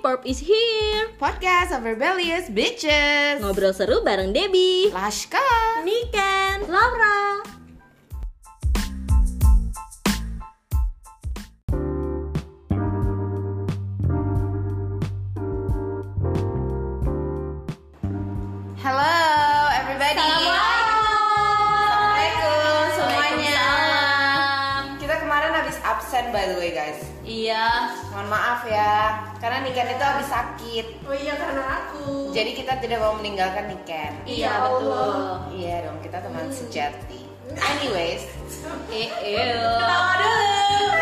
Pop is here Podcast of Rebellious Bitches Ngobrol seru bareng Debbie Lashka Niken Laura Hello everybody Assalamualaikum semuanya Kita kemarin habis absen by the way guys Iya Mohon maaf ya Karena Niken itu habis sakit Oh iya karena aku. Jadi kita tidak mau meninggalkan Niken Iya Ya betul Allah. Iya dong kita teman Hmm. sejati Anyways Eh, Ketawa dulu.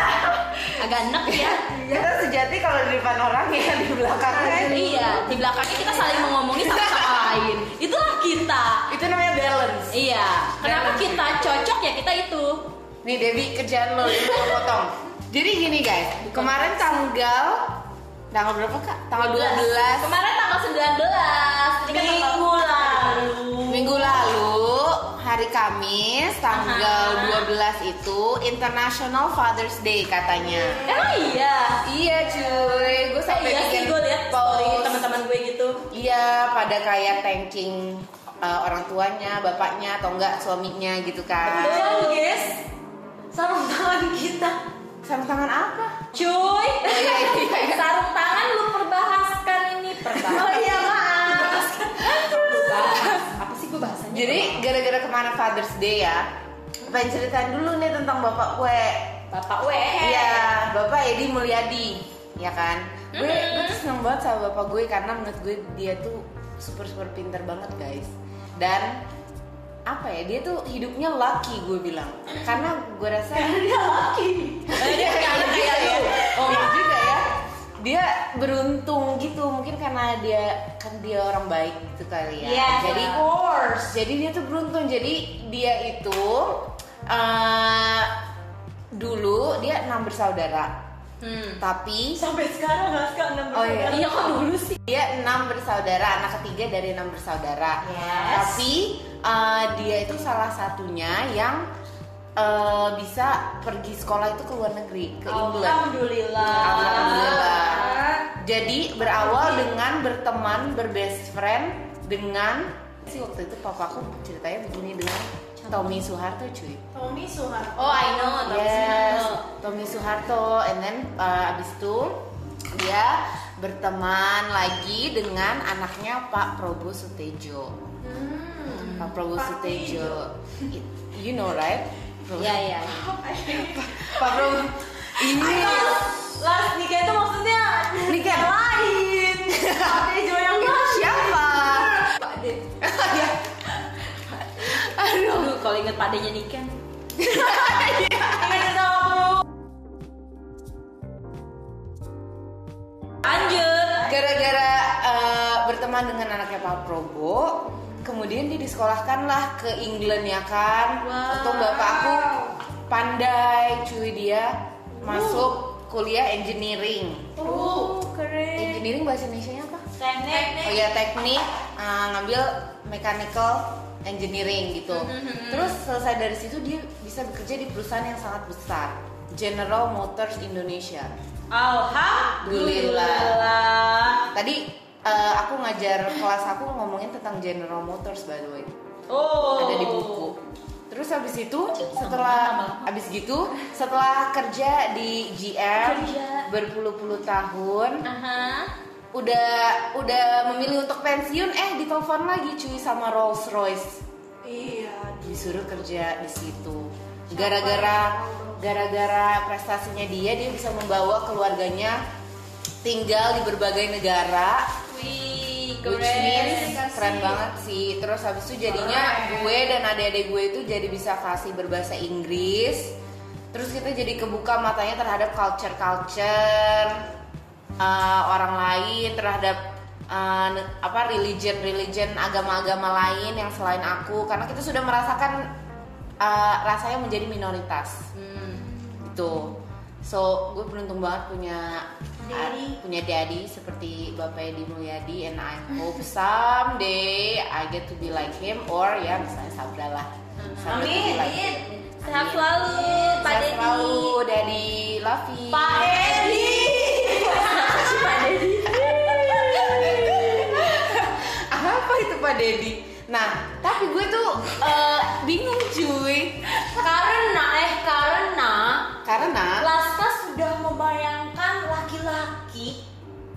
Agak enak ya Iya. Kita sejati kalau di depan orang ya di belakangnya Iya Di belakangnya kita saling mengomongi satu sama lain Itulah kita Itu namanya balance Iya Kenapa kita cocok ya kita itu Nih Debbie kerjaan lo yang mau potong. Jadi gini guys, kemarin tanggal tanggal berapa kak? Tanggal 12 Kemarin tanggal 19 Ini kan tanggal- Minggu minggu lalu hari Kamis tanggal 12 itu International Father's Day katanya. Emang iya Iya cuy, gue Eh, sampai Iya sih bikin gue liat story post. teman-teman gue gitu Iya, pada kayak thanking uh, orang tuanya, bapaknya atau enggak suaminya gitu kan. Betul guys Sarung tangan kita Sarung tangan apa? Cuy iya, iya, iya. Sarung tangan lu perbahaskan ini Perbahaskan Oh iya maaf. Lu bahas. Apa sih gue bahasanya? Jadi gara-gara kemarin Father's Day ya, pengen ceritain dulu nih tentang bapak gue. Oh, Bapak we Iya, bapak Edi Mulyadi, ya kan? Gue, gue Mhm. tuh seneng banget sama bapak gue karena menurut gue dia tuh super super pinter banget guys. Dan apa ya dia tuh hidupnya lucky gue bilang karena gue rasa Dia laki. Eh, dia punya anak kayak Iya, lu. iya. Oh iya juga ya. Dia beruntung gitu mungkin karena dia kan dia orang baik gitu kali ya. Yes, Jadi of course. Jadi dia tuh beruntung. Jadi dia itu eh dulu dia enam bersaudara. Hmm. Tapi Sampai sekarang nggak sekarang enam Oh, iya. Iya kok dulu sih dia enam bersaudara, anak ketiga dari enam bersaudara. Yes. Tapi eh, dia itu salah satunya yang eh, bisa pergi sekolah itu ke luar negeri, ke England. Alhamdulillah. Alhamdulillah. Jadi berawal dengan berteman, berbest friend dengan si waktu itu papaku ceritanya begini dengan Tommy Soeharto cuy. Tommy Soeharto. Oh I know Tommy Yes, Soeharto. Tommy Soeharto. And then uh, abis itu dia berteman lagi dengan anaknya Pak Prabowo Sutejo. Hmm. Pak Prabowo Pak Sutejo, you know right? Prabowo- Ya, Iya iya Pak Prabowo. Ini Last nikah itu gitu maksudnya Nikah. yang lain. Tejo yang Iya. lain. siapa? Pak De Aduh. Aduh kalau inget padenya Niken Ingat Iya, cerita aku. Lanjut gara-gara eh, berteman dengan anaknya Pak Probo kemudian dia disekolahkanlah ke England ya kan Wow. untung bapak aku pandai cuy dia masuk kuliah engineering Oh keren. engineering bahasa Indonesia apa oh Teknik. ya teknik eh, ngambil mechanical engineering gitu Mhm. terus selesai dari situ dia bisa bekerja di perusahaan yang sangat besar General Motors Indonesia Alhamdulillah Tadi eh, aku ngajar kelas aku ngomongin tentang General Motors by the way. Oh Ada di buku. Terus habis itu setelah habis gitu setelah kerja di GM Kerja. berpuluh-puluh tahun Aha udah udah memilih untuk pensiun eh ditelepon lagi cuy sama Rolls Royce Iya. disuruh kerja di situ gara-gara gara-gara prestasinya dia dia bisa membawa keluarganya tinggal di berbagai negara Wih Which keren means keren banget sih. Terus habis itu jadinya gue dan adik-adik gue itu jadi bisa kasih berbahasa Inggris. Terus kita jadi kebuka matanya terhadap culture-culture uh, orang lain, terhadap uh, ne- apa religion-religion agama-agama lain yang selain aku karena kita sudah merasakan uh, rasanya menjadi minoritas Hmm. gitu. So, gue beruntung banget punya Daddy. punya daddy seperti Bapak Edi Mulyadi and I hope someday I get to be like him or ya misalnya Sabra lah. Sabra to be Amin. like him. Sehat selalu Pak Sehat Deddy selalu, Daddy Love you. Pak Edi Pak Deddy lupa Dedi. Nah, tapi gue tuh eh, bingung cuy. Karena eh karena Karena Laska sudah membayangkan laki-laki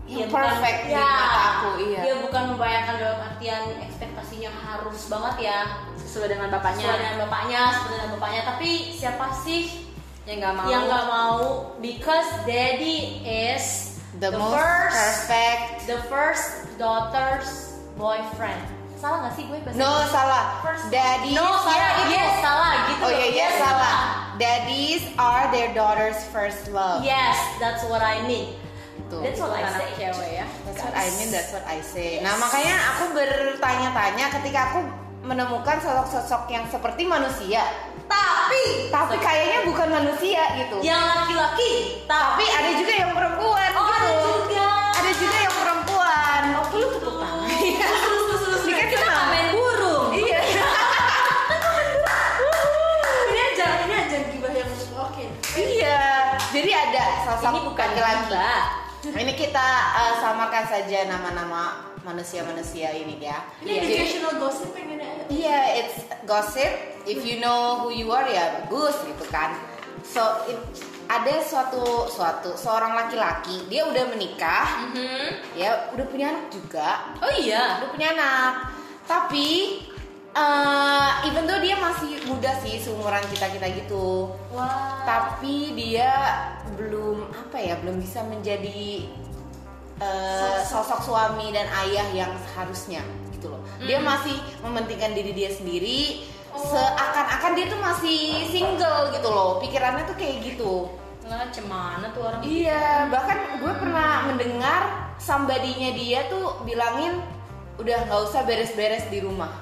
ya, Yang bukan- perfect di mata aku, iya. Dia bukan membayangkan dalam artian ekspektasinya harus banget ya sesuai dengan sesuai dengan bapaknya, sesuai dengan bapaknya. Tapi siapa sih yang nggak mau yang nggak mau? Because daddy is the, most perfect. the first daughter's boyfriend. Salah nggak sih gue bahasa? No Inggris? salah. First- Daddy no, salah yeah, itu. yes, salah gitu. Oh iya iya Yes, salah. Daddies are their daughters first love. Yes, that's what I mean. Betul. Iya. That's what I anak say. cewek ya. That's what I mean, that's what I say. Nah, makanya aku bertanya-tanya ketika aku menemukan sosok-sosok yang seperti manusia, Tapi, tapi kayaknya bukan manusia gitu. yang laki-laki, Tapi ada juga yang perempuan Iya. Oh, ada gitu. juga. Ada juga yang perempuan. Aku lu tepuk tangan. Ini kan Kita nggak kenal. main burung. Iya. Ini aja, ini aja gibah yang oke. Iya. Jadi ada sosok Ini bukan laki-laki. laki-laki. Ini kita eh, samarkan saja nama-nama manusia-manusia ini ya. Ini Jadi- educational gossip pengen ada. Iya, it's gossip. If you know who you are ya bagus gitu kan. So it- ada suatu suatu seorang laki-laki dia udah menikah, ya udah punya anak juga, Mm-hmm. Oh iya. udah punya anak. Tapi eh even though dia masih muda sih seumuran kita kita gitu, Wah. tapi dia belum apa ya belum bisa menjadi eh, sosok suami dan ayah yang seharusnya gitu loh dia masih mementingkan diri dia sendiri seakan-akan dia tuh masih single gitu loh pikirannya tuh kayak gitu Lah cemana tuh orang? iya bahkan gue pernah mendengar somebody-nya dia tuh bilangin udah nggak usah beres-beres di rumah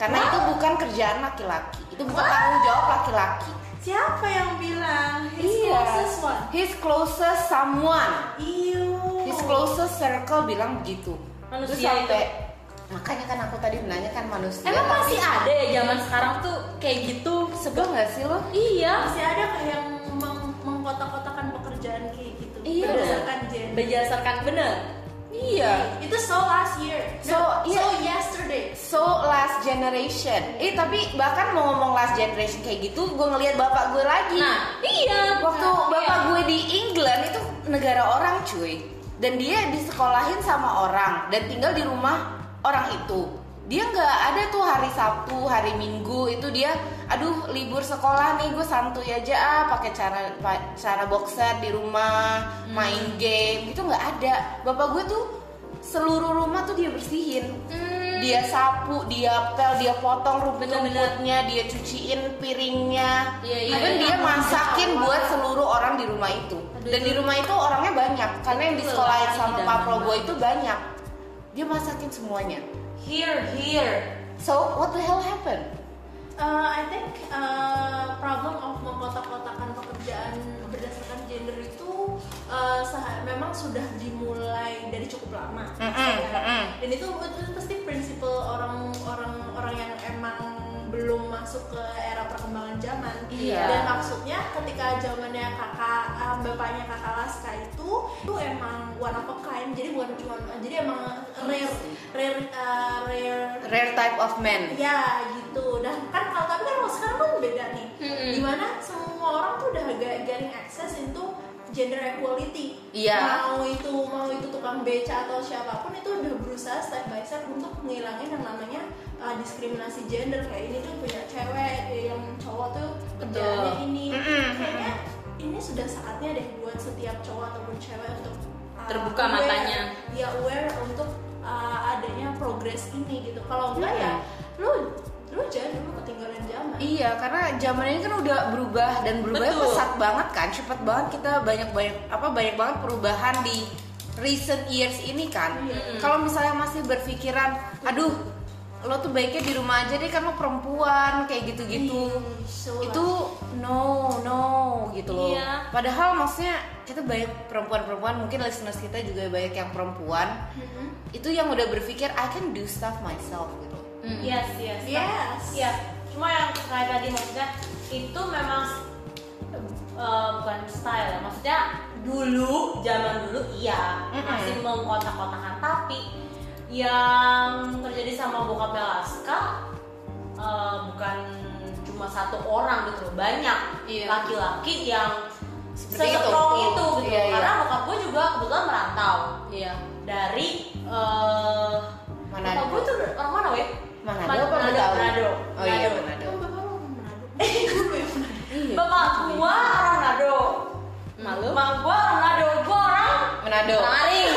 karena itu bukan kerjaan laki-laki itu bukan tanggung jawab laki-laki Siapa yang bilang? His Iya. closest one. His closest someone. Iyo. His closest circle bilang begitu. Terus Manusia sampai makanya kan aku tadi menanyakan manusia. Iya, Emang tapi- masih ada ya zaman sekarang tuh kayak gitu? sebel nggak sih lo? Iya. Masih ada kayak yang meng- mengkotak-kotakan pekerjaan kayak gitu. Iya. Berdasarkan gender. Berdasarkan bener. Iya. Itu so last year. So, iya. so yesterday. So last generation. Eh tapi bahkan mau ngomong last generation kayak gitu, gue ngelihat bapak gue lagi. Nah, iya. Waktu Nah, bapak iya. gue di England itu negara orang cuy Dan dia disekolahin sama orang Dan tinggal di rumah orang itu Dia nggak ada tuh hari Sabtu, hari Minggu Itu dia aduh libur sekolah nih gue santuy aja ah pakai cara pa- cara boxer di rumah main game gitu nggak ada bapak gue tuh seluruh rumah tuh dia bersihin Hmm. dia sapu, dia pel, dia potong Bener-bener. rumput-rumputnya, dia cuciin piringnya. Iya, iya. Even Ada dia yang masakin buat seluruh orang di rumah itu. Aduh, Iya, Dan di rumah itu orangnya banyak karena yang Itu disekolahin lelaki sama dan Pak perempuan. Probo itu banyak. Dia masakin semuanya. Here, here. So, what the hell happened? Uh, I think uh, problem of mengkotak-kotakan pekerjaan berdasarkan gender itu uh, seha- memang sudah dimulai dari cukup lama. Mm-mm, ya kan? mm-mm. Dan itu, itu pasti prinsipal orang-orang orang yang emang belum masuk ke era perkembangan zaman. Iya. Dan maksudnya ketika zamannya kakak uh, bapaknya kakak Laska itu itu emang one of a kind. Jadi bukan cuma jadi emang rare rare uh, rare Rare type of man. Ya gitu. Dan kan kalau tapi kan kalau sekarang kan beda nih. Mm-mm. Dimana semua orang tuh udah agak getting access into gender equality. Iya. Mau itu mau itu tukang beca atau siapapun itu udah berusaha step by step untuk menghilangin yang namanya uh, diskriminasi gender kayak ini tuh punya cewek eh, yang cowok tuh kerjaannya ini. Mm-mm. Kayaknya ini sudah saatnya deh buat setiap cowok ataupun cewek untuk uh, Terbuka aware- matanya. ya aware untuk uh, adanya progres ini gitu kalau enggak ya Hmm. lu lu jangan lu ketinggalan zaman Iya, karena zaman ini kan udah berubah dan berubahnya Betul. pesat banget kan, cepet banget kita banyak banyak apa banyak banget perubahan di recent years ini kan. Iya. Kalau misalnya masih berpikiran, aduh, lo tuh baiknya di rumah aja deh kan lo perempuan kayak gitu. gitu-gitu. Ih, so Itu no no gitu loh. Iya. Padahal maksudnya kita banyak perempuan-perempuan, mungkin listeners kita juga banyak yang perempuan. Mhm. Itu yang udah berpikir I can do stuff myself gitu. Hmm. Yes, yes. yes Iya, cuma yang kayak tadi maksudnya itu memang eh, bukan style ya, maksudnya dulu zaman dulu iya Mm-mm. masih mengkotak-kotakan tapi yang terjadi sama bokap Laska eh, bukan cuma satu orang gitu loh banyak Iya. laki-laki yang Seperti itu. se-strong itu, gitu Iya, iya. karena bokap gue juga kebetulan merantau Iya. dari eh Manado. bokap gue tuh orang mana weh Manado Man- apa Manado Betawi? Manado Oh iya, Manado. Manado. Oh, bapak lo orang Manado. Eh, dulu ya Manado. Iya. bapak gua orang Manado Malu. mak gua orang Manado gua orang Manado. Maling.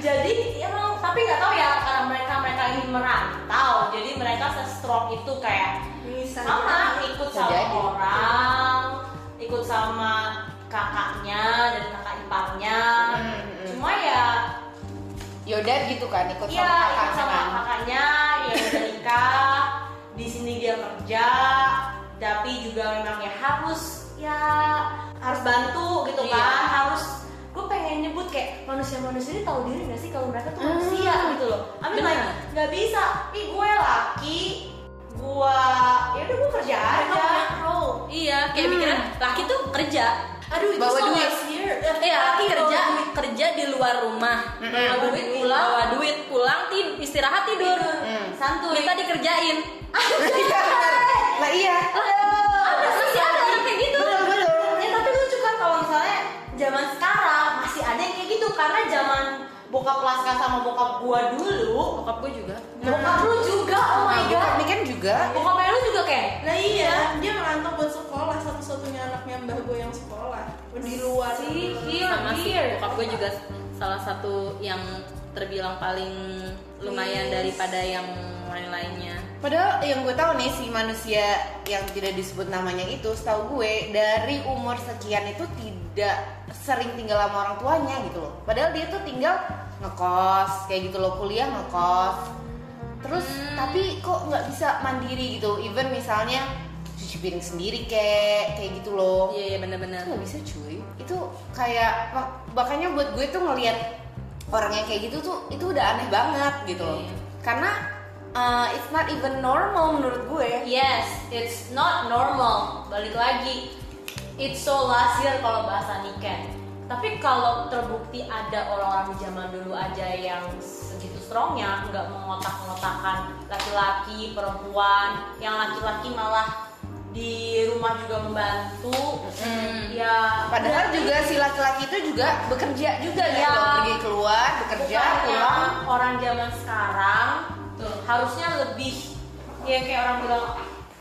jadi emang tapi nggak tahu ya karena mereka mereka ini merantau jadi mereka se-strong itu kayak Misal. sama ikut Bisa sama jadi. orang ikut sama kakaknya dan kakak iparnya Hmm, hmm. cuma ya Yaudah gitu kan ikut iya sama ikut kakak sama kan. kakaknya ya udah nikah di sini dia kerja tapi juga memang ya harus ya harus bantu gitu Iya. kan harus gue pengen nyebut kayak manusia-manusia ini tahu diri gak sih kalau mereka tuh Hmm, manusia Ah. gitu loh Amin benar. like nggak bisa ih gue laki gue ya udah gue kerja aja Iya, kayak Hmm. pikiran laki tuh kerja. Aduh, itu Bawa so duit. last year. Iya, laki kerja, kerja di luar rumah. Hmm. Mm-mm. Bawa duit pulang, bawa duit pulang, tid istirahat tidur. Hmm. santuy Minta dikerjain. Iya benar. Lah iya. ada Masih ada orang kayak gitu. Betul betul. Ya tapi lucu kan kalau misalnya zaman sekarang masih ada yang kayak gitu karena zaman bokap Laska sama bokap gua dulu, Bokap gue juga. bokap lu juga, oh my Nah, god. bokap ini kan juga. Bokap lu juga kayak. Nah iya, dia merantau buat sekolah satu-satunya anaknya mbah gue yang sekolah di luar. Iya. Si Sama here, sih, here. bokap gue juga salah satu yang terbilang paling lumayan daripada yang lain-lainnya. Padahal yang gue tahu nih si manusia yang tidak disebut namanya itu, setahu gue dari umur sekian itu tidak sering tinggal sama orang tuanya gitu loh. Padahal dia tuh tinggal ngekos kayak gitu loh, kuliah ngekos. Terus tapi kok nggak bisa mandiri gitu, even misalnya cuci piring sendiri kek kayak gitu loh. Iya, iya bener-bener. Itu nggak bisa cuy. Itu kayak mak- makanya buat gue tuh ngelihat orang yang kayak gitu tuh itu udah aneh banget gitu. loh. Iya. Karena uh, it's not even normal menurut gue. Yes, it's not normal. Balik lagi, it's so last year kalau bahasa Niken. Tapi kalau terbukti ada orang-orang di zaman dulu aja yang segitu strongnya, nggak mengotak-ngotakan laki-laki, perempuan, yang laki-laki malah di rumah juga membantu. Ya, Padahal juga si laki-laki itu juga bekerja juga Iya. ya, loh. pergi keluar, bekerja, bukannya pulang. orang zaman sekarang harusnya lebih ya kayak orang bilang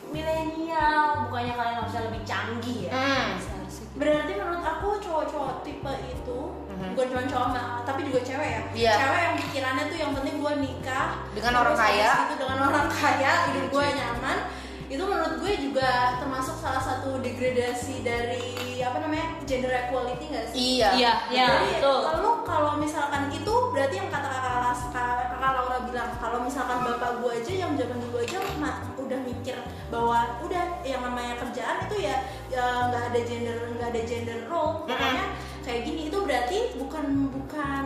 milenial bukannya kalian harusnya lebih canggih ya Hmm. Berarti menurut aku cowok-cowok tipe itu bukan cuma cowok ma- tapi juga cewek ya. Mhm. Iya. Cewek yang pikirannya tuh yang penting gue nikah Dengan terus orang kaya. habis Itu dengan orang kaya, hidup gue nyaman. Itu menurut gue juga termasuk salah satu degradasi dari apa namanya gender equality nggak sih? Iya. Iya, iya, Jadi betul. lalu kalau misalkan itu berarti yang kata kakak Las- kakak kakak Laura bilang kalau misalkan bapak gua aja yang zaman dulu aja ma- udah mikir bahwa udah yang namanya kerjaan itu ya ya, nggak ada gender nggak ada gender role makanya kayak gini itu berarti bukan bukan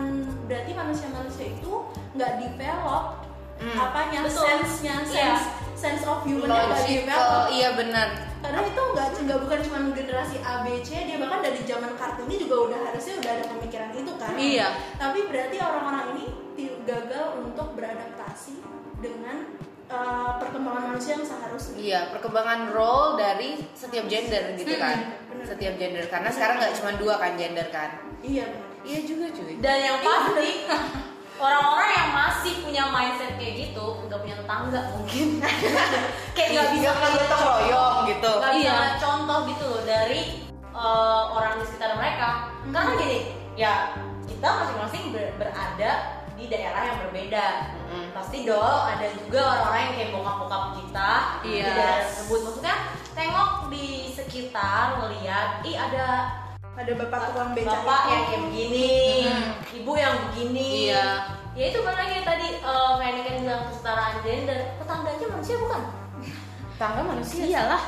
berarti manusia-manusia itu nggak develop Hmm. apanya Betul. sense-nya Iya. sense sense of human yang nggak Logical, develop iya benar. karena itu nggak nggak bukan cuma generasi A B C dia bahkan dari zaman kartini juga udah harusnya udah ada pemikiran itu kan Iya. tapi berarti orang-orang ini ti- gagal untuk beradaptasi dengan uh, perkembangan manusia yang seharusnya Iya, perkembangan role dari setiap gender gitu kan. bener. Setiap gender karena sekarang nggak cuma dua kan gender kan. iya benar Iya juga cuy. dan yang pasti orang-orang yang masih punya mindset kayak gitu nggak punya tetangga mungkin kayak nggak bisa pernah Iya, gotong royong gitu. nggak bisa Iya. ngeliat contoh gitu loh dari eh, orang di sekitar mereka Hmm. karena gini ya kita masing-masing ber- berada di daerah yang berbeda Hmm. Mm-mm. pasti dong ada juga orang-orang yang kayak bokap-bokap kita Iya. di daerah tersebut maksudnya tengok di sekitar ngeliat ih ada ada bapak tukang beca bapak itu. Hmm. yang kayak begini ibu yang begini Iya. ya itu balik lagi tadi eh, kayak Niken bilang kesetaraan gender tetangga aja manusia bukan Tangga manusia. Iya. Iyalah.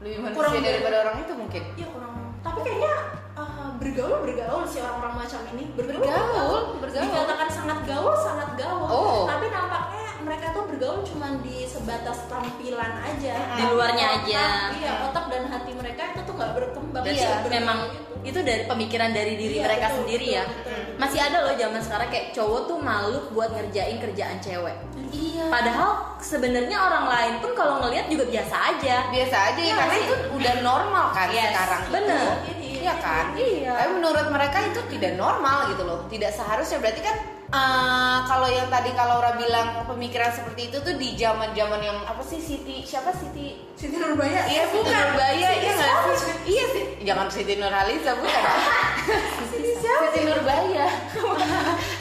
Lebih manusia Kurang daripada orang itu mungkin. iya kurang tapi kayaknya uh, bergaul bergaul sih orang-orang macam ini bergaul, Bergaul, bergaul. dikatakan sangat gaul sangat gaul Oh. tapi nampaknya mereka tuh bergaul cuma di sebatas tampilan aja Di luarnya aja. otak, iya otak dan hati mereka itu tuh nggak berkembang Berarti Iya, bergaul memang gitu. itu dari pemikiran dari diri Iya, mereka betul, sendiri betul, ya. betul, betul. masih ada loh zaman sekarang kayak cowok tuh malu buat ngerjain kerjaan cewek Iya. padahal sebenarnya orang lain pun kalau ngelihat juga biasa aja biasa aja ya, Iya, karena sih. itu udah normal kan Yes, sekarang itu. bener. Iya kan? Iya. Tapi menurut mereka itu tidak normal gitu loh. Tidak seharusnya berarti kan eh, kalau yang tadi kalau Laura bilang pemikiran seperti itu tuh di zaman-zaman yang apa sih Siti siapa Siti Siti Nurbaya Iya, Siti Nurbaya, iya nggak sih? Iya sih. Jangan Siti Nurhaliza bukan. Siti siapa? Siti Nurbaya.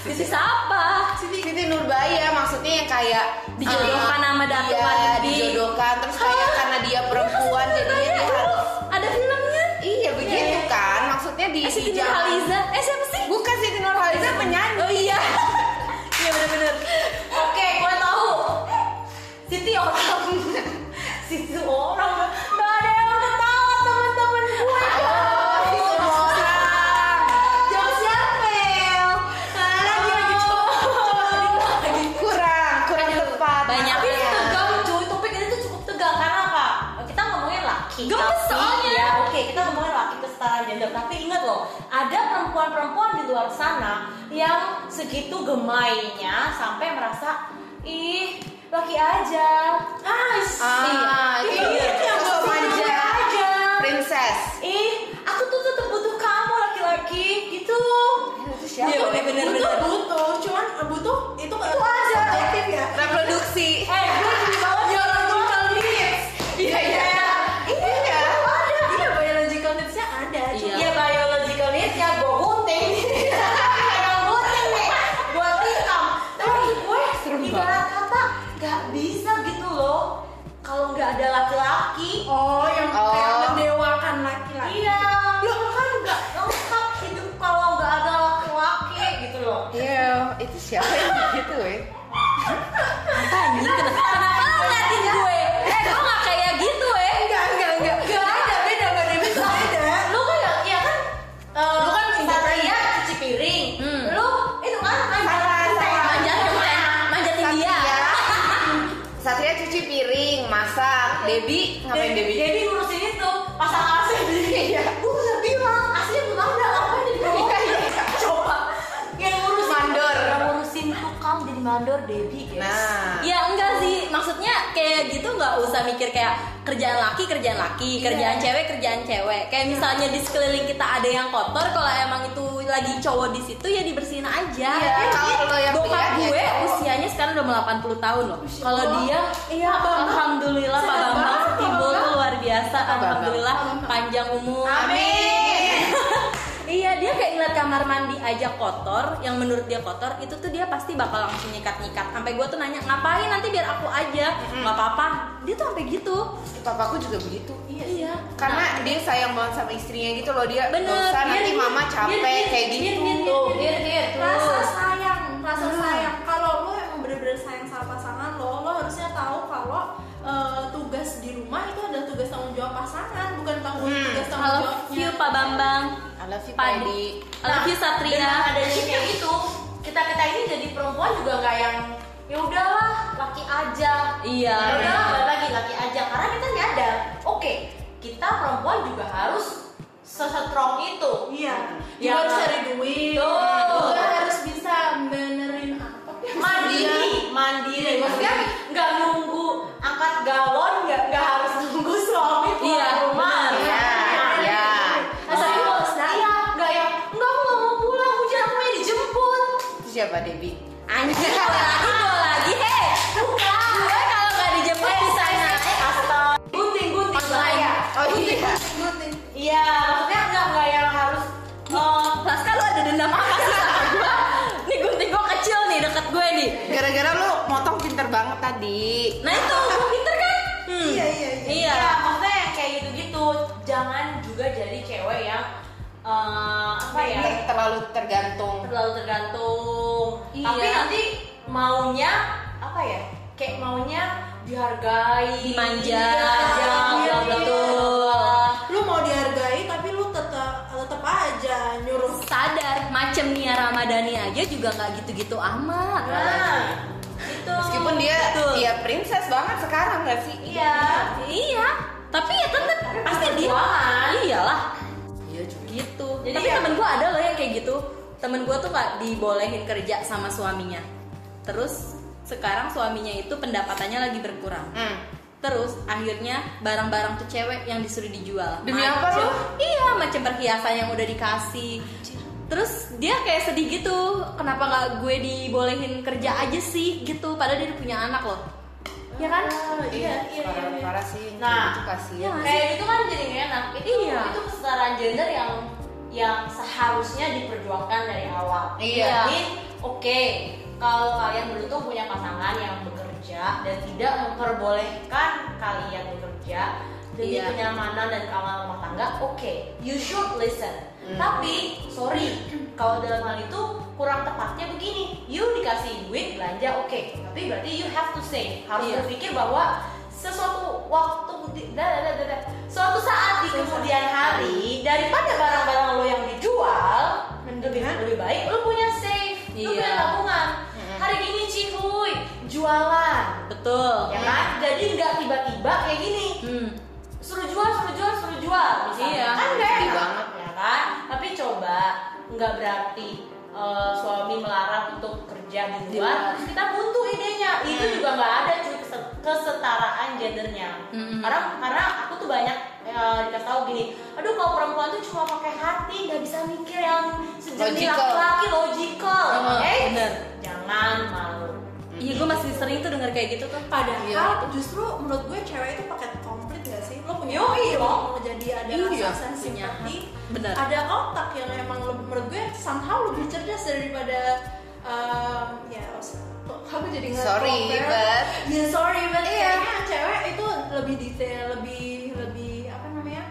sisi siapa Siti Nurbaya maksudnya yang kayak Dijodohkan eh, sama Datu iya, Mardi. dijodohkan terus kayak karena dia perempuan jadinya dia harus Iya, kan ada filmnya Iya begitu kan maksudnya di eh, Siti di zaman- Nurhaliza eh siapa sih Bukan Siti Nurhaliza penyanyi. oh iya iya bener-bener Oke, gue tahu. Siti orang. Siti orang. Gak ada yang ketawa teman-teman gue. Oh, Ah. Siti Nurhaliza. Jangan siapel. Karena dia lagi coba. Lagi Kurang, kurang tepat. banyak. Tapi ini Iya. tegang cuy, topik ini tuh cukup tegang karena apa? Kita ngomongin laki. Gemes Tapi- soalnya. Ya oke, kita ngomongin laki kesetaraan gender. Tapi ingat loh, ada perempuan-perempuan di luar sana yang segitu gemainya sampai merasa ih laki aja. Ah, Ah, iya. itu Ih, yang aku sosok tuh manja. aja. Princess. Ih, aku tuh tetap butuh kamu laki-laki gitu. Itu Iya, siapa? bener-bener. Butuh, butuh, cuman eh, butuh itu nggak aja. subjektif ya. Reproduksi. Eh, gue jadi banget Ya biological needs. Iya, iya. Iya. Iya, biological needs-nya ada. Iya. Iya. Iya biological needs-nya gue gunting Yang gunting nih Gue tikam Tapi gue Serem ibarat kata gak bisa gitu loh Kalau gak ada laki-laki Oh, yang kayak Oh. mendewakan laki-laki. Iya Lo kan gak lengkap hidup kalau gak ada laki-laki gitu loh Iya, itu siapa yang begitu ya? apa anjing kenapa iya. kenapa lo ngeliatin gue eh gue gak kayak gitu eh Enggak, enggak, enggak. Gak ada beda, Mbak Dewi tuh beda. Lu kan gak, ya kan eh, Lu kan satria cuci piring Hmm. Lu itu kan anjing Salah, salah. manjat tumpen manjatin dia Iya. Iya. Satria cuci piring, masak. Debi ngapain Debi? Jadi ngurusin itu pasang AC Iya. Gue udah bilang AC-nya belum ada ngapain di bawah? Iya, iya. Coba yang ngurusin Mandor. yang ngurusin tukang jadi mandor Debbie Iya. guys. Nah, Ya enggak sih, maksudnya kayak gitu nggak usah mikir kayak kerjaan laki kerjaan laki, Iya. kerjaan cewek kerjaan cewek. Kayak misalnya di sekeliling kita ada yang kotor, kalau emang itu lagi cowok di situ ya dibersihin aja. gitu. Iya, kalau lo yang Bokap lihat ya gue cowok. usianya sekarang udah mau 80 tahun loh. Kalau dia, iya Bambang. alhamdulillah Pak Sedap Bambang banget, Pak Setimbul Bambang. tuh luar biasa. Bambang. Alhamdulillah panjang umur. Amin. Iya dia kayak ngeliat kamar mandi aja kotor, yang menurut dia kotor itu tuh dia pasti bakal langsung nyikat nyikat. Sampai gue tuh nanya ngapain nanti biar aku aja, nggak apa-apa. Dia tuh sampai gitu. Papaku juga begitu. Iya. Karena Nah. dia sayang banget sama istrinya gitu loh dia. Bener, "Gak usah, Iya, dia- nanti mama capek dia- kayak dia- gitu. Iya, dia- dia- Tuh, dir dir Rasa tuh. sayang, rasa Nah. sayang. Kalau lo emang bener-bener sayang sama pasangan lo, lo harusnya tahu kalau eh, tugas di rumah itu adalah tugas tanggung jawab pasangan, bukan tanggung Hmm. tugas tanggung Halo, jawabnya. view Pak Bambang, I love you, Pak Padi. Edi, love you Dengan Satria. adanya kayak gitu, kita kita ini jadi perempuan juga nggak yang ya udahlah laki aja Iya. Ya udahlah balik lagi laki aja karena kita nyadar oke kita perempuan juga harus sesetrong itu Iya. Iya. Juga harus cari duit. Betul. Juga harus bisa benerin apa? Iya. mandiri Iya, mandiri maksudnya nggak nunggu angkat galon nggak nggak harus nunggu suami pulang Iya, rumah Iya, iya. Asal Oh, kalau- sedap. iya nggak yang nggak aku nggak mau pulang hujan aku yang dijemput Itu siapa Debi? Anjing gue lagi gue lagi hei. Gue kalau nggak dijemput bisa naik. astaga gunting gunting Iya. Oh iya. iya maksudnya nggak nggak yang harus eh, Plus kalau Oh, ada dendam apa sih sama gue? Nih gunting gue kecil nih deket gue nih. Gara-gara lu motong pinter banget tadi. Nah itu gue pinter kan? Hmm. Iya, iya, iya. Iya. Iya, maksudnya yang kayak gitu-gitu. Jangan juga jadi cewek yang eh, apa ya Ter- terlalu tergantung. terlalu tergantung. Iya. Tapi nanti maunya apa ya? Kayak maunya dihargai, Dimanja, dimanja, iya, bla, bla, bla, betul. bla, bla. iya. Lu mau dihargai tapi lu tetap tetap aja nyuruh sadar macem Nia Ramadhani aja juga nggak gitu-gitu amat. Nah, itu. Meskipun dia Betul. dia princess banget sekarang gak sih? iya. Iya, tapi ya tetep pasti dia perjuangan. iyalah Iya juga. gitu. Jadi tapi ya- temen gue ada loh yang kayak gitu. temen gue tuh nggak dibolehin kerja sama suaminya terus sekarang suaminya itu pendapatannya lagi berkurang Hmm. terus akhirnya barang-barang tuh cewek yang disuruh dijual Demi apa Macem- lu? iya macam perhiasan yang udah dikasih terus dia kayak sedih gitu kenapa nggak gue dibolehin kerja aja sih gitu padahal dia udah punya anak loh ya kan Ah, iya iya iya, parah, iya. parah sih. Nah. itu kasihan. Iya. kayak gitu kan jadi nggak enak itu Iya. itu kesetaraan gender yang yang seharusnya diperjuangkan dari awal Iya. jadi oke kalau kalian beruntung punya pasangan yang bekerja dan tidak memperbolehkan kalian bekerja demi Iya. kenyamanan dan keamanan rumah tangga oke you should listen Hmm. tapi sorry kalau dalam hal itu kurang tepatnya begini you dikasih duit belanja oke tapi berarti you have to say harus Iya. berpikir bahwa sesuatu waktu di- dah, dah, dah, dah. suatu saat di Suatu kemudian hari daripada barang-barang lo yang dijual lebih lebih baik lo punya safe lo Iya. punya tabungan hari ini cihuy jualan betul ya kan jadi nggak tiba-tiba kayak gini hmm. suruh jual suruh jual suruh jual misalnya. Iya, kan nggak sedih enak banget. ya kan tapi coba nggak berarti eh, suami melarang untuk kerja di Di luar luar. terus kita butuh idenya itu juga nggak ada cuy kese- kesetaraan gendernya Mm-mm. karena karena aku tuh banyak eh, dikasih tahu gini aduh kalau perempuan tuh cuma pakai hati nggak bisa mikir yang sejernih Logical. laki-laki logical Heeh, eh bener. jangan malu iya gue masih sering tuh denger kayak gitu tuh Padahal Iya. justru menurut gue cewek itu paket komplit gak sih? Lo punya hati, Yoi, lo. lo jadi ada Iya, rasa sensi punya empati, hati. Benar. Ada otak yang emang le- menurut gue somehow lebih cerdas daripada um, ya os- kok kamu jadi nggak Sorry, but- ya sorry but Iya. kayaknya cewek itu lebih detail, lebih lebih apa namanya?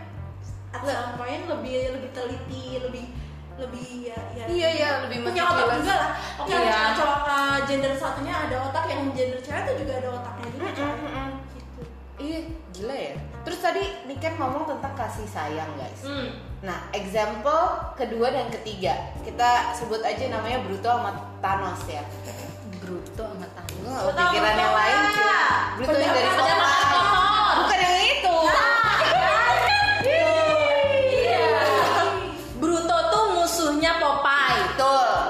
At some point lebih lebih teliti, lebih lebih ya, ya Iya, iya, lebih punya meticulous. otak juga lah. Oke, Iya. cowok- cowok uh, gender satunya ada otak yang gender cewek itu juga ada otaknya Mm, juga. cewek. Gitu. Iya, gila ya. Terus tadi Niken ngomong tentang kasih sayang, guys. hmm. Nah, example kedua dan ketiga. Kita sebut aja namanya Bruto sama Thanos ya. Bruto sama tangga Gue gak kepikiran yang Bruto, lain, cuy. Pak. Bruto yang dari Pendapat Solar. Solar. Bukan yang itu. Iya. Bruto tuh musuhnya Popeye Betul.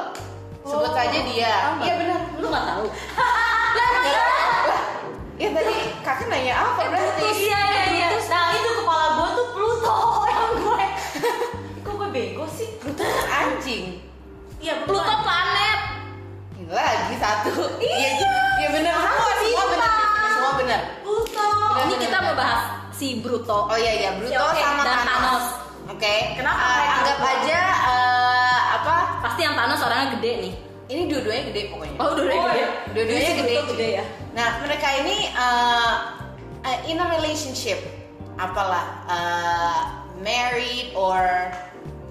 Sebut saja dia. Iya benar. lu nggak tahu Iya tadi kakak nanya apa berarti? Iya iya iya. gitu. Nah itu kepala gue tuh Pluto yang gue. Kok gue bego sih? Bruto tuh anjing. Iya, Pluto planet Gila, lagi satu. Iya. Iya benar. Semua semua benar. Semua benar. Pluto. ini kita mau bahas si Bruto Oh iya iya, Bruto Ya, oke, sama dan Thanos. Thanos. Oke. Kenapa Eh, mereka anggap berdua? aja eh, apa? pasti yang Thanos orangnya gede nih Ini dua-duanya gede pokoknya. oh udah Oh, gede iya. Dua-duanya Si gede. Bruto gede ya Nah, mereka ini eh, eh, in a relationship apalah eh, married or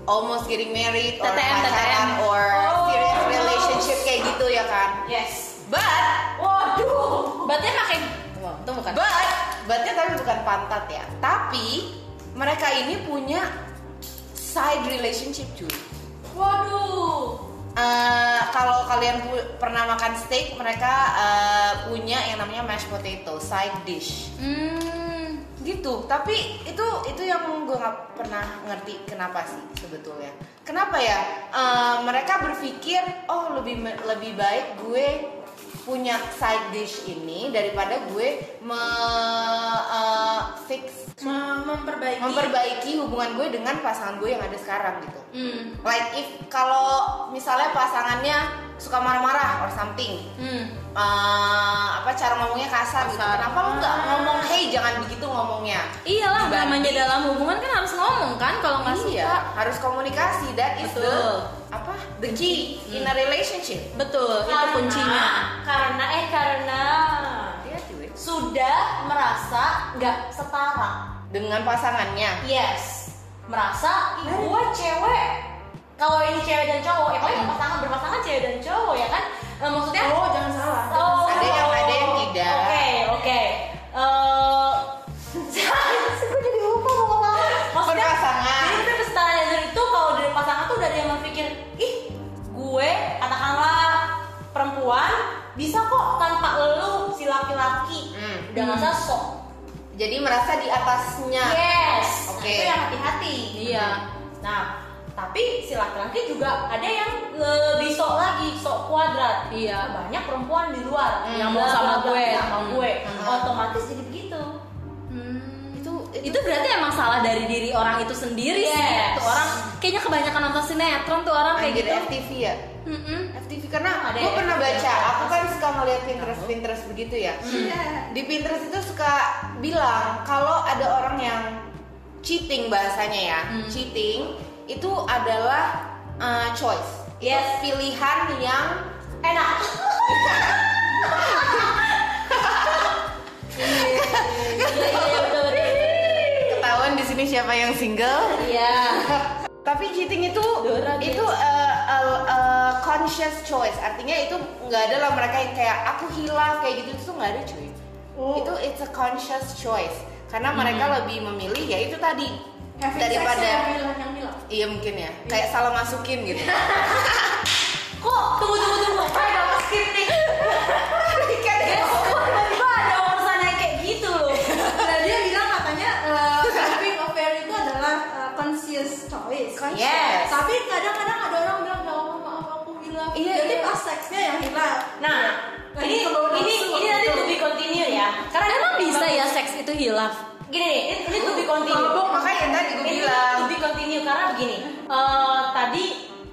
almost getting married or TTM. pacaran or Oh. serious relationship kayak gitu ya kan. Yes. But Oh. Waduh. Batnya pakai itu bukan but butnya eh, tapi bukan pantat ya. Tapi mereka ini punya side relationship cuy. Waduh. Eh, kalau kalian pu- pernah makan steak, mereka eh, punya yang namanya mashed potato side dish. hmm Gitu. Tapi itu itu yang gue nggak pernah ngerti kenapa sih sebetulnya. Kenapa ya? Eh, mereka berpikir oh lebih me- lebih baik gue punya side dish ini daripada gue me- eh, fix Mem- memperbaiki. memperbaiki hubungan gue dengan pasangan gue yang ada sekarang gitu. hmm Like if kalau misalnya pasangannya suka marah-marah or something, hmm eh, apa cara ngomongnya kasar, gitu. Kenapa lu nggak Ah. ngomong hey jangan begitu ngomongnya? Nah, iyalah Dibanding- namanya dalam hubungan kan harus ngomong kan kalau nggak suka Iya, harus komunikasi that is the Betul. Hmm. apa the key in a relationship. betul itu Karena- kuncinya Karena eh karena Iya, cuy. sudah merasa nggak setara. Dengan pasangannya. Yes, merasa "Ih, gua cewek. Kalau ini cewek dan cowok, ya paling pasangan berpasangan cewek dan cowok ya kan? Eh, maksudnya Oh, jangan salah. Oh. Ada yang- ada yang tidak. Oke, oke. Eh, gue jadi lupa mau ngomong apa. Maksudnya, Berpasangan. Jadi kita kesetaraan gender itu kalau dari pasangan tuh dari yang berpikir, ih, gue katakanlah perempuan bisa kok tanpa elu si laki-laki. Hmm. Udah Hmm. masa sok. Jadi merasa di atasnya. Yes. Oke. Nah, itu yang hati-hati. iya Nah, tapi si laki-laki juga ada yang lebih sok lagi sok kuadrat Iya. banyak perempuan di luar Hmm, yang mau sama gue. sama gue Hmm. otomatis jadi begitu itu Hmm. itu berarti emang salah dari diri orang itu sendiri sih Yes. tuh orang kayaknya kebanyakan nonton sinetron tuh orang kayak kayak gitu hmm. FTV ya Mm-mm. FTV karena Ada gue Hmm. ya, pernah FTV. baca aku kan suka ngeliat Pinterest Pinterest begitu ya Iya. di Pinterest itu suka bilang kalau ada orang yang cheating bahasanya ya Hmm. cheating itu adalah uh, choice Itu Yes. pilihan yang enak iya iya iya betul betul ketahuan di sini siapa yang single iya Tapi cheating itu Dora itu uh, uh, uh, conscious choice. Artinya itu nggak ada lah mereka yang kayak aku hilaf kayak gitu itu tuh nggak ada cuy. Oh. Itu it's a conscious choice. Karena mereka Hmm. lebih memilih ya itu tadi Having sex ya? daripada yang bilang yang bilang. iya mungkin ya kayak salah masukin gitu. kok tunggu tunggu tunggu saya udah skip nih kan ya. guys kok tiba-tiba ada urusan yang kayak gitu loh Nah, dia bilang katanya eh, having affair itu adalah eh, conscious choice. Yes. Tapi kadang-kadang ada orang bilang ya Allah maaf aku hilaf. Iya, Jadi iya. pas seksnya yang hilaf. nah ini ini ini nanti to be continue ya karena emang bisa ya seks itu hilaf gini nih, ini, ini to be continue Mabok makanya tadi gue Ini bilang. to be continue karena begini. eh, tadi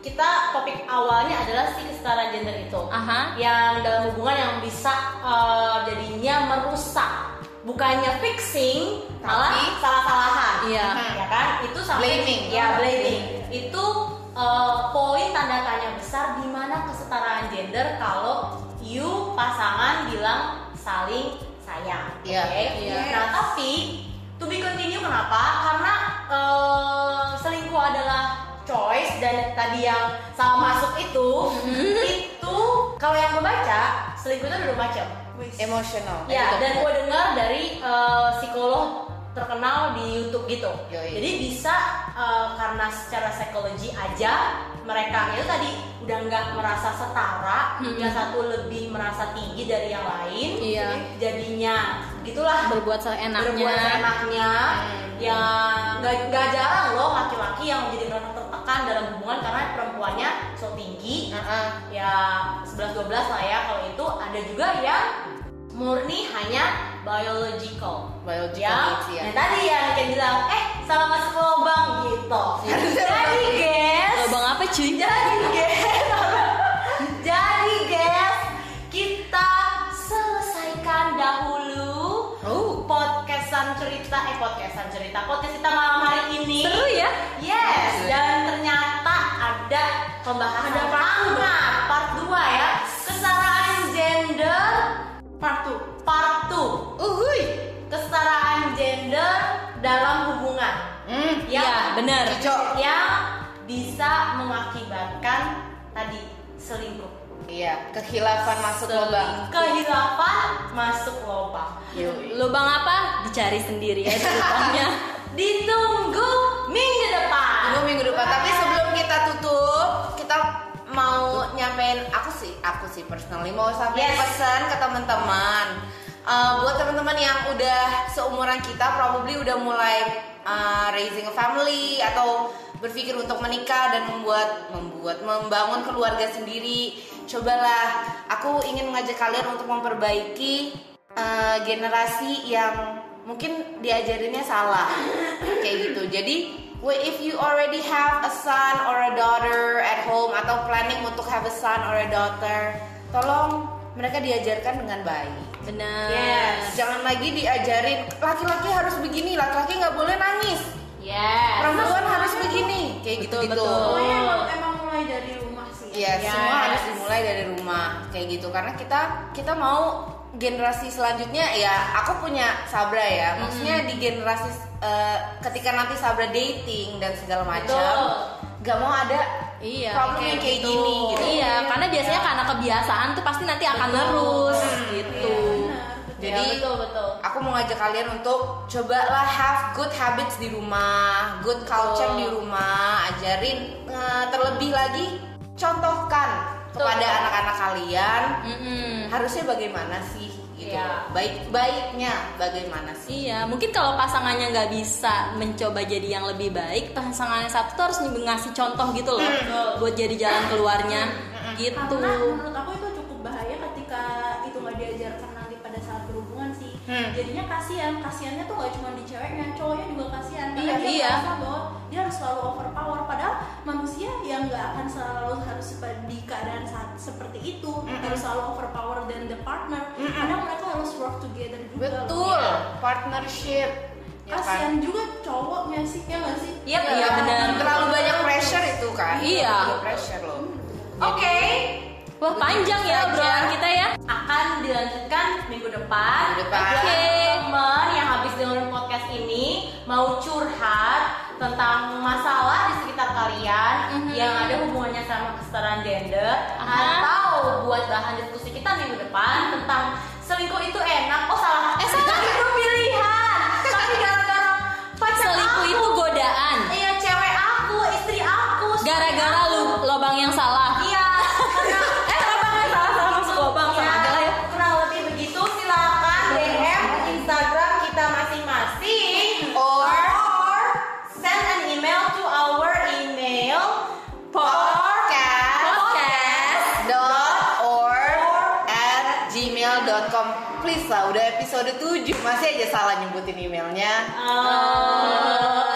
kita topik awalnya adalah si kesetaraan gender itu. Aha. Yang dalam hubungan yang bisa eh, jadinya merusak. Bukannya fixing, malah salah-salahan. Iya. Ya kan? Itu sampai Blaming. ya blaming. Itu eh, poin tanda tanya besar di mana kesetaraan gender kalau you pasangan bilang saling sayang. Iya. Oke? Iya. Nah, tapi to be continue kenapa? Karena eh, selingkuh adalah choice dan tadi yang sama masuk itu itu kalau yang gue baca selingkuh itu ada dua macam. Wis. Emotional. Ya, dan gue dengar dari eh, psikolog terkenal di YouTube gitu. Yoi. Jadi bisa eh, karena secara psikologi aja mereka itu tadi udah nggak merasa setara, Hmm. yang satu lebih merasa tinggi dari yang lain. Iya. Jadinya gitulah berbuat berbuat seenaknya enaknya Hmm. ya nggak nggak jarang loh laki-laki yang menjadi merasa tertekan dalam hubungan karena perempuannya so tinggi Heeh. ya 11-12 lah ya kalau itu ada juga yang murni hanya biological Biological needs, ya, ya. yang tadi ya Niken bilang eh salah masuk lubang gitu jadi guys Lubang apa cuy? jadi guys jadi guys kita selesaikan dahulu Oh. podcastan cerita eh podcastan cerita podcast kita malam hari ini Seru ya? yes dan ternyata ada pembahasan Ada part hangat part 2 ya kesetaraan gender Part two. part 2 Uhuy. kesetaraan gender dalam hubungan Hmm. yang Iya, benar. Cocok. yang bisa mengakibatkan tadi selingkuh Iya, kehilafan masuk Seling- lubang. kehilapan masuk lubang Yoi. Lubang apa? Dicari sendiri ya lubangnya. ditunggu minggu depan Tunggu minggu depan. Tapi sebelum kita tutup, kita mau nyampein aku sih, aku sih personally mau sampai Yes. pesan ke teman-teman. Eh, buat teman-teman yang udah seumuran kita, probably udah mulai eh, raising a family atau berpikir untuk menikah dan membuat membuat membangun keluarga sendiri. Cobalah, aku ingin mengajak kalian untuk memperbaiki eh, generasi yang mungkin diajarinnya salah kayak gitu jadi we- if you already have a son or a daughter at home atau planning untuk have a son or a daughter tolong mereka diajarkan dengan baik Benar. Yes. jangan lagi diajarin laki-laki harus begini laki-laki nggak boleh nangis yes perempuan harus begini kayak gitu gitu betul. Pokoknya emang, emang mulai dari rumah sih. Iya, Yes. semua harus dimulai dari rumah kayak gitu karena kita kita mau generasi selanjutnya ya aku punya Sabra ya. Maksudnya di generasi eh, ketika nanti Sabra dating dan segala Betul. macam nggak mau ada Iya. problem yang kayak gitu. gini gitu. Iya, karena biasanya karena kebiasaan tuh pasti nanti akan terus gitu. Benar. Jadi Ya, betul betul aku mau ngajak kalian untuk cobalah have good habits di rumah, good culture di rumah, ajarin eh, terlebih lagi contohkan kepada anak-anak kalian Mm-mm. harusnya bagaimana sih gitu Iya. baik baiknya bagaimana sih Iya, mungkin kalau pasangannya nggak bisa mencoba jadi yang lebih baik, pasangannya satu tuh harus ngasih contoh gitu loh, buat jadi jalan keluarnya, gitu. karena menurut aku itu cukup bahaya ketika itu nggak diajarkan nanti pada saat berhubungan sih Hmm. jadinya kasihan kasihannya tuh nggak cuma di ceweknya cowoknya juga kasihan karena Iya, dia iya. merasa bahwa dia harus selalu overpower padahal manusia yang nggak akan selalu harus sepa- di keadaan saat seperti itu harus selalu overpower dan the partner kadang mereka harus work together juga betul partnership ya kan? kasihan juga cowoknya sih ya nggak sih Iya, Iya, iya benar. terlalu banyak pressure itu kan Iya. Terlalu banyak pressure loh Oke, Wah panjang ya Saja. obrolan kita ya. akan dilanjutkan minggu depan. Minggu depan. Oke, teman yang habis dengerin podcast ini mau curhat tentang masalah di sekitar kalian Mhm. yang ada hubungannya sama kesetaraan gender Aha. atau buat bahan diskusi kita minggu depan tentang selingkuh itu enak. Oh salah, Eh, salah. itu pilihan. Tapi gara-gara pacar Selingkuh aku, itu godaan. iya cewek aku, istri aku, suami Gara-gara aku. lu lobang yang salah. Iya, karena Eh lobang yang salah salah masuk lobang sama aja lah ya. Ya, kurang lebih begitu silakan DM Instagram kita masing-masing Or- or send an email to our email podcast Podcast. dot or at gmail.com please lah udah episode 7 masih aja salah nyebutin emailnya Eh,